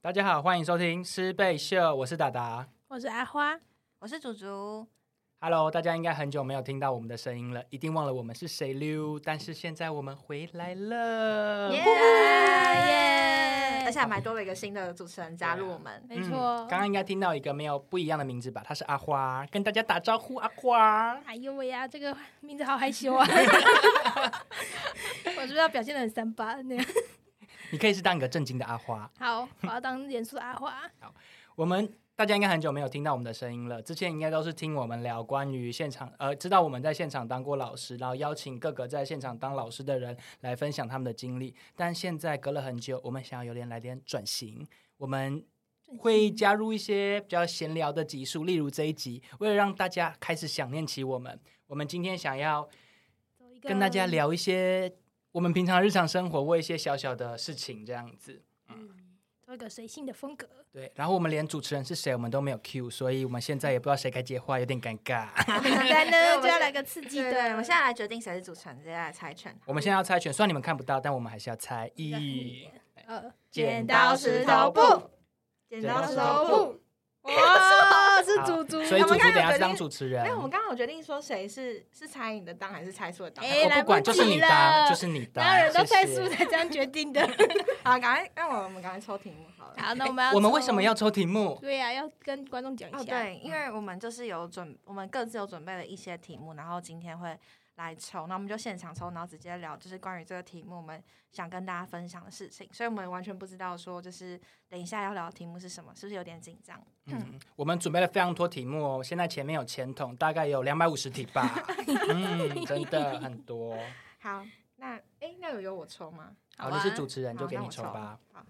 大家好，欢迎收听《师贝秀》，我是达达。我是阿花，我是竹竹， Hello，大家应该很久没有听到我们的声音了，一定忘了我们是谁溜。但是现在我们回来了，嗯耶耶而且还买多了一个新的主持人加啊入我们，没错，嗯刚刚应该听到一个没有不一样的名字吧？他是阿花，跟大家打招呼，阿花。 哎呦喂呀，这个 名字好害 羞啊！我是不是要表现的很三八那样？你可以是当一个正经的阿花。 好，我要当严肃的阿花。我们大家应该很久没有听到我们的声音了，之前应该都是听我们聊关于现场，呃，知道我们在现场当过老师，然后邀请各个在现场当老师的人来分享他们的经历。但现在隔了很久，我们想要有点来点转型，我们。会加入一些比较闲聊的集数，例如这一集，为了让大家开始想念起我们，我们今天想要走一个跟大家，聊一些我们平常日常生活或一些小小的事情这样子。走一个随性的风格。 对，然后我们连主持人是谁我们都没有 Q，所以我们现在也不知道谁该接话，有点尴尬。 来呢，就要来个个刺激对的。对，我们现在来决定谁是主持人，直接来猜拳。我们现在要猜拳，虽然你们看不到，但我们还是要 猜。一，呃，剪刀石头布，剪刀石头布，哇，是好猪猪，所以我祖祖等们刚刚一下有是当决定主持人哦没。有，我们刚刚有决定说谁是是猜你的当还是猜错的当。哎我不管，来不就及是你当，了就是你当。哪有人都猜谢输谢。才这样决定的？好，赶快，那我们赶快抽题目好了。好，那我们要 我们为抽什么？要抽题目？对呀，要跟观众讲哦，一下。对，嗯因为我们就是有准，我们各自有准备了一些题目，然后今天会来抽，那我们就现场抽，然后直接聊，就是关于这个题目我们想跟大家分享的事情，所以我们完全不知道说就是等一下要聊的题目是什么，是不是有点紧张？嗯，我们准备了非常多题目哦。现在前面有钱桶，大概有两百五十题 吧。嗯，真的很多。好，那诶，那有由我抽吗？好，好啊你是主持人，好就给那你我抽抽吧。好，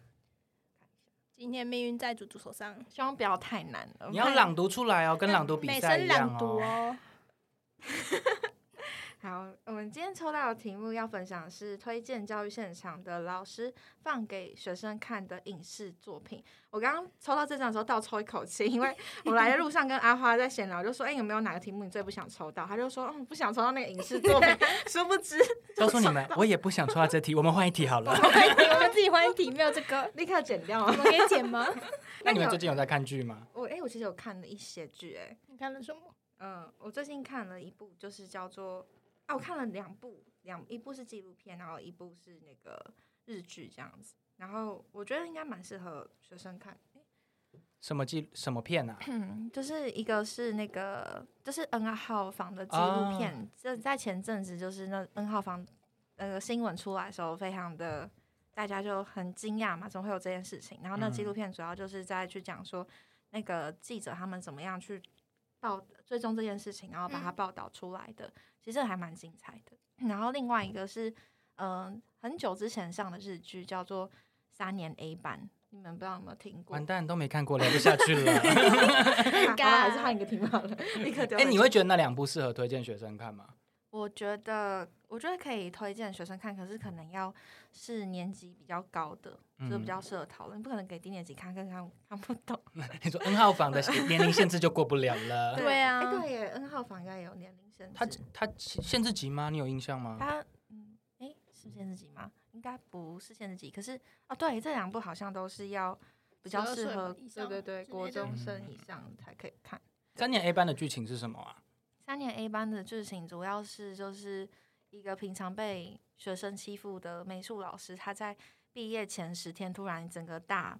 今天命运在猪猪手上，希望不要太难了。你要朗读出来哦，跟朗读比美赛声一样朗读哦。哦。好，我们今天抽到的题目要分享的是推荐教育现场的老师放给学生看的影视作品。我刚刚抽到这张的时候倒抽一口气，因为我来的路上跟阿花在闲聊，就说：“哎、有没有哪个题目你最不想抽到？”他就说：“嗯，不想抽到那个影视作品。”殊不知，告诉你 们，我也不想抽到这题，我们换一题好了。欢迎我们自己欢迎题，没有这个，立刻剪掉我了。们可以剪吗？ 那你们你有最近有在看剧吗？我哎、我其实有看了一些剧，哎，你看了什么？嗯，我最近看了一部，就是叫做啊，我看了两部，两一部是纪录片，然后一部是那个日剧这样子。然后我觉得应该蛮适合学生看，什么剧？什么片 啊？嗯，就是一个是那个就是 N 号房的纪哦录片，这、在前阵子就是那 N 号房那个新闻出来的时候，非常的大家就很惊讶嘛，怎么会有这件事情？然后那纪嗯录片主要就是在去讲说那个记者他们怎么样去报追踪这件事情，然后把它嗯报道出来的，其实还蛮精彩的。然后另外一个是嗯、呃很久之前上的日剧叫做《三年 A 班》，你们不知道有没有听过完？蛋，都没看过，聊不下去 了。 好啦还是换一个题目好了， 立刻丢哎、回去。你会觉得那两部适合推荐学生看吗？我觉得，我觉得可以推荐学生看，可是可能要是年级比较高的，就比较适合讨论，不可能给低年级看，更看看不懂。你说 N 号房 的年龄限制就过不了了。对啊哎对耶，N 号房应该有年龄限呃他制。他限制级吗？你有印象吗？他嗯，哎，是限制级吗？应该不是限制级，可是哦，对，这两部好像都是要比较12适岁合，以对上对对，之国类的中生以上才可以看。三年 A 班的剧情是什么啊？三年 A 班的剧情主要是就是一个平常被学生欺负的美术老师，他在毕业前十天突然整个大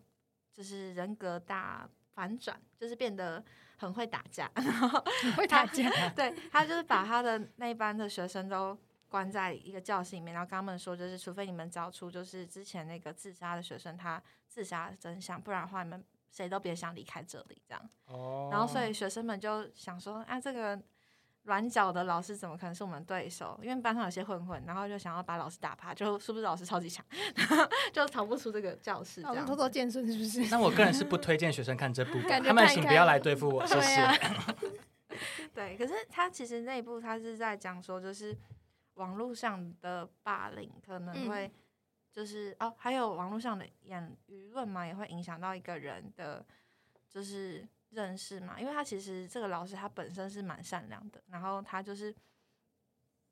就是人格大反转，就是变得很会打架，然后会打架， 对他就是把他的那一班的学生都。关在一个教室里面，然后跟他们说，就是除非你们找出就是之前那个自杀的学生他自杀的真相，不然的话你们谁都别想离开这里这样。哦然后所以学生们就想说，啊，这个软脚的老师怎么可能是我们对手？因为班上有些混混，然后就想要把老师打趴，就是不是老师超级强， 就逃不出这个教室这老师样哦偷子。偷健身是不是？那我个人是不推荐学生看这 部，感觉他们看请看不要来对付我，谢对谢。啊，对，可是他其实那一部他是在讲说，就是网络上的霸凌可能会就是、哦，还有网络上的言舆论嘛，也会影响到一个人的就是认识嘛。因为他其实这个老师他本身是蛮善良的，然后他就是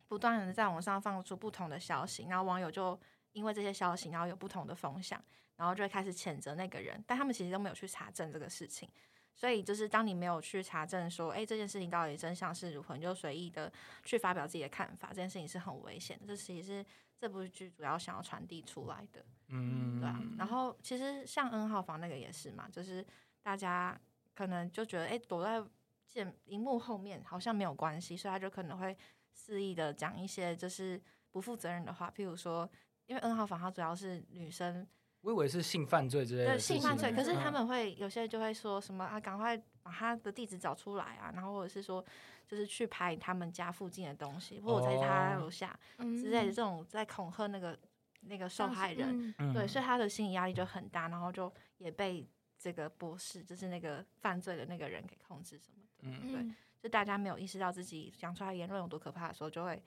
不断的在网上放出不同的消息，然后网友就因为这些消息，然后有不同的风向，然后就会开始谴责那个人，但他们其实都没有去查证这个事情。所以就是当你没有去查证说，哎、这件事情到底真相是如何，你就随意的去发表自己的看法，这件事情是很危险的。这其实是这部剧主要想要传递出来的。嗯， 对啊。然后其实像 N 号房那个也是嘛，就是大家可能就觉得，哎、躲在键荧幕后面好像没有关系，所以他就可能会肆意的讲一些就是不负责任的话，譬如说，因为 N 号房它主要是女生我以为是性犯罪之类对的事情，性犯罪，可是嗯他们会有些人就会说什么啊，赶快把他的地址找出来啊，然后或者是说就是去拍他们家附近的东西，或者在他哦楼下嗯之类的这种在恐吓那个那个受害人，，嗯对，所以他的心理压力就很大，然后就也被这个博士，就是那个犯罪的那个人给控制什么的。嗯对嗯就大家没有意识到自己讲出来言论有多可怕的时候，就会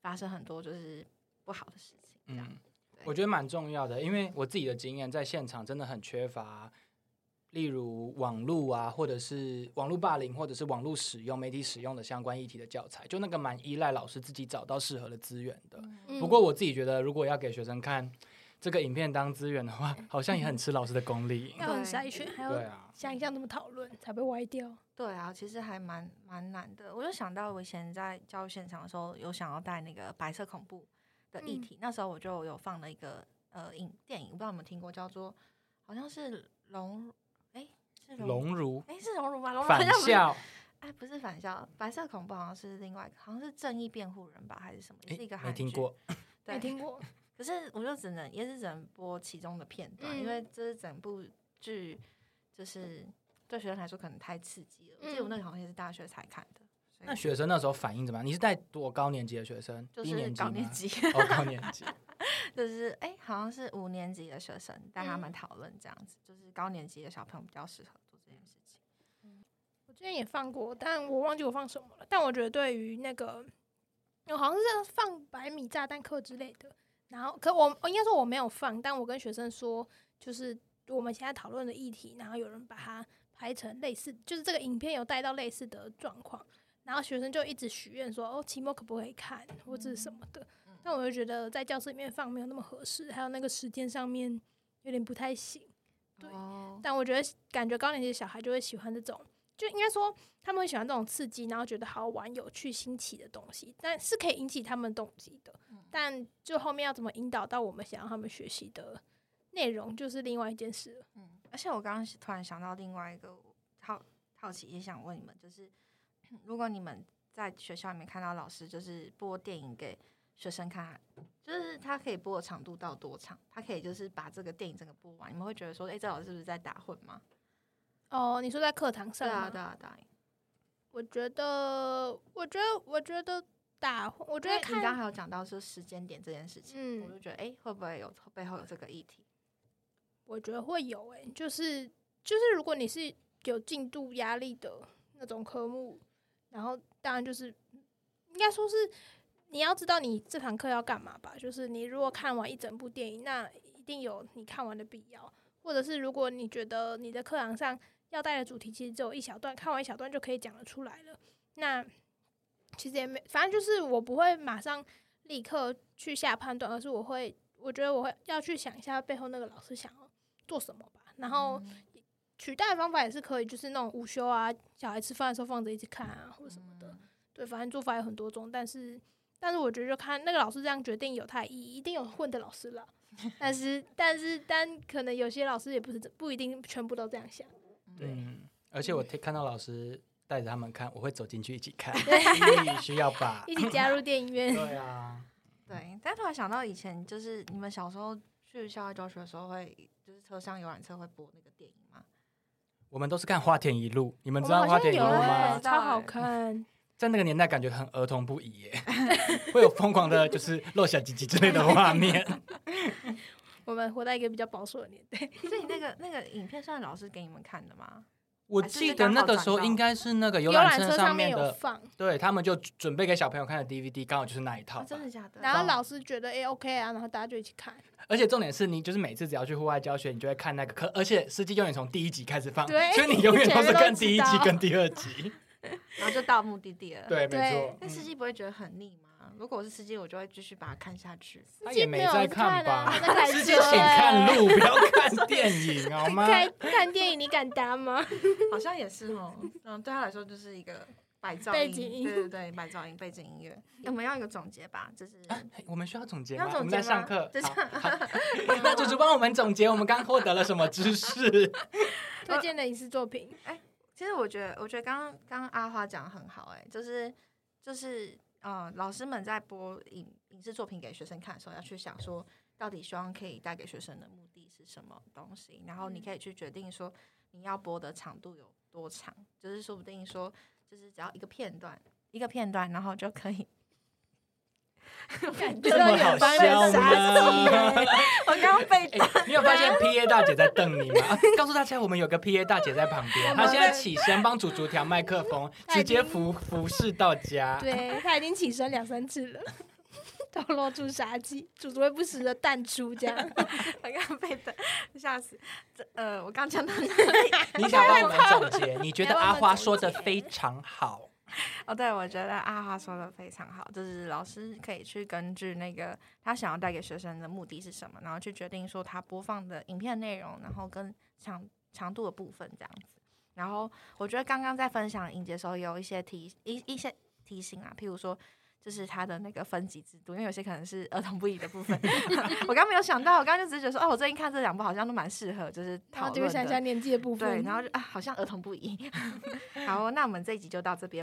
发生很多就是不好的事情。这样，嗯，我觉得蛮重要的，因为我自己的经验在现场真的很缺乏，例如网络啊，或者是网络霸凌，或者是网络使用、媒体使用的相关议题的教材，就那个蛮依赖老师自己找到适合的资源的。嗯不过我自己觉得，如果要给学生看这个影片当资源的话，嗯好像也很吃老师的功力。要很对筛选，还对要啊，像一项怎么讨论才不会歪掉。对啊，其实还蛮蛮难的。我就想到我以前在教育现场的时候，有想要带那个白色恐怖的嗯议题，那时候我就有放了一个呃影电影，我不知道你们听过，叫做好像是龙，哎、是龙。龙如哎、是龙如吗？龙 如好返像不是 校，哎，不是返校，白色恐怖好像是另外一个，好像是正义辩护人吧，还是什么？也诶是一个没韩剧。听过，没对，听过，可是我就只能也是只能播其中的片段，嗯因为这是整部剧，就是对学生来说可能太刺激了。我记得我那嗯个好像也是大学才看的，所以那学生那时候反应怎么样？你是带多高年级的学生？就低是年级高吗？年级， 哦，高年级。就是哎、好像是五年级的学生带他们嗯讨论这样子，就是高年级的小朋友比较适合做这件事情。我之前也放过，但我忘记我放什么了。但我觉得对于那个，我好像是放百米炸弹课之类的。然后，可我我应该说我没有放，但我跟学生说，就是我们现在讨论的议题，然后有人把它拍成类似，就是这个影片有带到类似的状况，然后学生就一直许愿说，哦，期末可不可以看，或者是什么的。但我就觉得在教室里面放没有那么合适，还有那个时间上面有点不太行。对哦，但我觉得感觉高年级的小孩就会喜欢这种，就应该说他们会喜欢这种刺激，然后觉得好玩、有趣、新奇的东西，但是可以引起他们动机的。嗯但就后面要怎么引导到我们想要他们学习的内容，就是另外一件事了。嗯，而且我刚刚是突然想到另外一个我好好奇，也想问你们，就是 如果你们在学校里面看到老师就是播电影给学生看，就是他可以播的长度到多长？他可以就是把这个电影整个播完，你们会觉得说，哎、这老师是不是在打混吗？哦，你说在课堂对上啊，吗？对啊，对啊。我觉得，我觉得，我觉得打，我觉因为得你刚刚看，还有讲到说时间点这件事情，我就嗯，觉得，哎、会不会有背后有这个议题？我觉得会有诶、就是就是如果你是有进度压力的那种科目，然后当然就是应该说是你要知道你这堂课要干嘛吧。就是你如果看完一整部电影，那一定有你看完的必要。或者是如果你觉得你的课堂上要带的主题其实只有一小段，看完一小段就可以讲得出来了，那其实也没，反正就是我不会马上立刻去下判断，而是我会，我觉得我会要去想一下背后那个老师想要做什么吧，然后。嗯取代的方法也是可以，就是那种午休啊，小孩吃饭的时候放着一起看啊，或者什么嗯的。对，反正做法有很多种，但是但是我觉得就看那个老师这样决定有他的意义，一定有混的老师啦。但是但是但可能有些老师也不是不一定全部都这样想。嗯，而且我听看到老师带着他们看，我会走进去一起看， 必须要 把。一起加入电 影院。对啊，对，但突然想到以前，就是你们小时候去校外教学的时候会，就是车上游览车会播那个电影吗？我们都是看《花田一路》，你们知道《我们花好像田一有路》欸吗哎，知？道超好看。在那个年代，感觉很儿童不宜耶， 会有疯狂的，就是露小鸡鸡之类的画面。 我们活在一个比较保守的年代，所以那个那个影片算老师给你们看的吗？我记得那个时候应该是那个游游览览车车上上面有的，放，对他们就准备给小朋友看的 DVD，刚好就是那一套啊，吧。真的假的？然后老师觉得哎、OK 啊，然后大家就一起看。而且重点是你就是每次只要去户外教学，你就会看那个课，而且司机永远从第一集开始放，对所以你永远都是看第一全集部都知道跟第二集。然后就到目的地了。，对，没对错。嗯嗯但司机不会觉得很腻吗？如果我是司机，我就会继续把它看下 去。他也没在看吧他在 开司车机请看路，不要看电影好吗？开看电影，你敢 搭吗？好像也是哦，嗯，对他来说就是一个白噪音，背景音对对对，白噪音背景音乐。 我们要一个总结吧， 就是啊我们需要总结要吗？总我们结在上吗课就，是好好那主厨帮我们总结我们刚获得了什么知识？推荐的影视作品，其实我觉得，我觉得刚刚刚刚阿花讲的很好、哎，就是就是，呃，老师们在播影影视作品给学生看的时候，要去想说，到底希望可以带给学生的目的是什么东西，然后你嗯可以去决定说你要播的长度有多长，就是说不定说，就是只要一个片段，一个片段，然后就可以。 感这 觉到么好远方人笑傻吗？我刚刚被哎、你有发现 P A 大姐在瞪你吗？啊告诉大家，我们有个 P A 大姐在旁边，她现在起身帮主厨调麦克风，直接服服侍到家。对他已经起身两三次了，透露出杀气，主厨会不时的淡出这样。我刚刚被 的吓死。这呃，我刚讲到哪里你想帮我们总结？你觉得阿花说的你要帮我们总结非常好，哦，对，我觉得阿华说的非常好，就是老师可以去根据那个他想要带给学生的目的是什么，然后去决定说他播放的影片内容，然后跟长长度的部分这样子。然后我觉得刚刚在分享影节的时候，有一些提一一些提醒啊，譬如说。就是它的那个分级制度，因为有些可能是儿童不宜的 部分，我刚没有想到，我刚刚就只是觉得说，哦，我最近看这两部好像都蛮适合，就是然讨后论就会的，想一下年纪的部分， 对，然后就啊，好像儿童不宜。好，那我们这一集就到这边。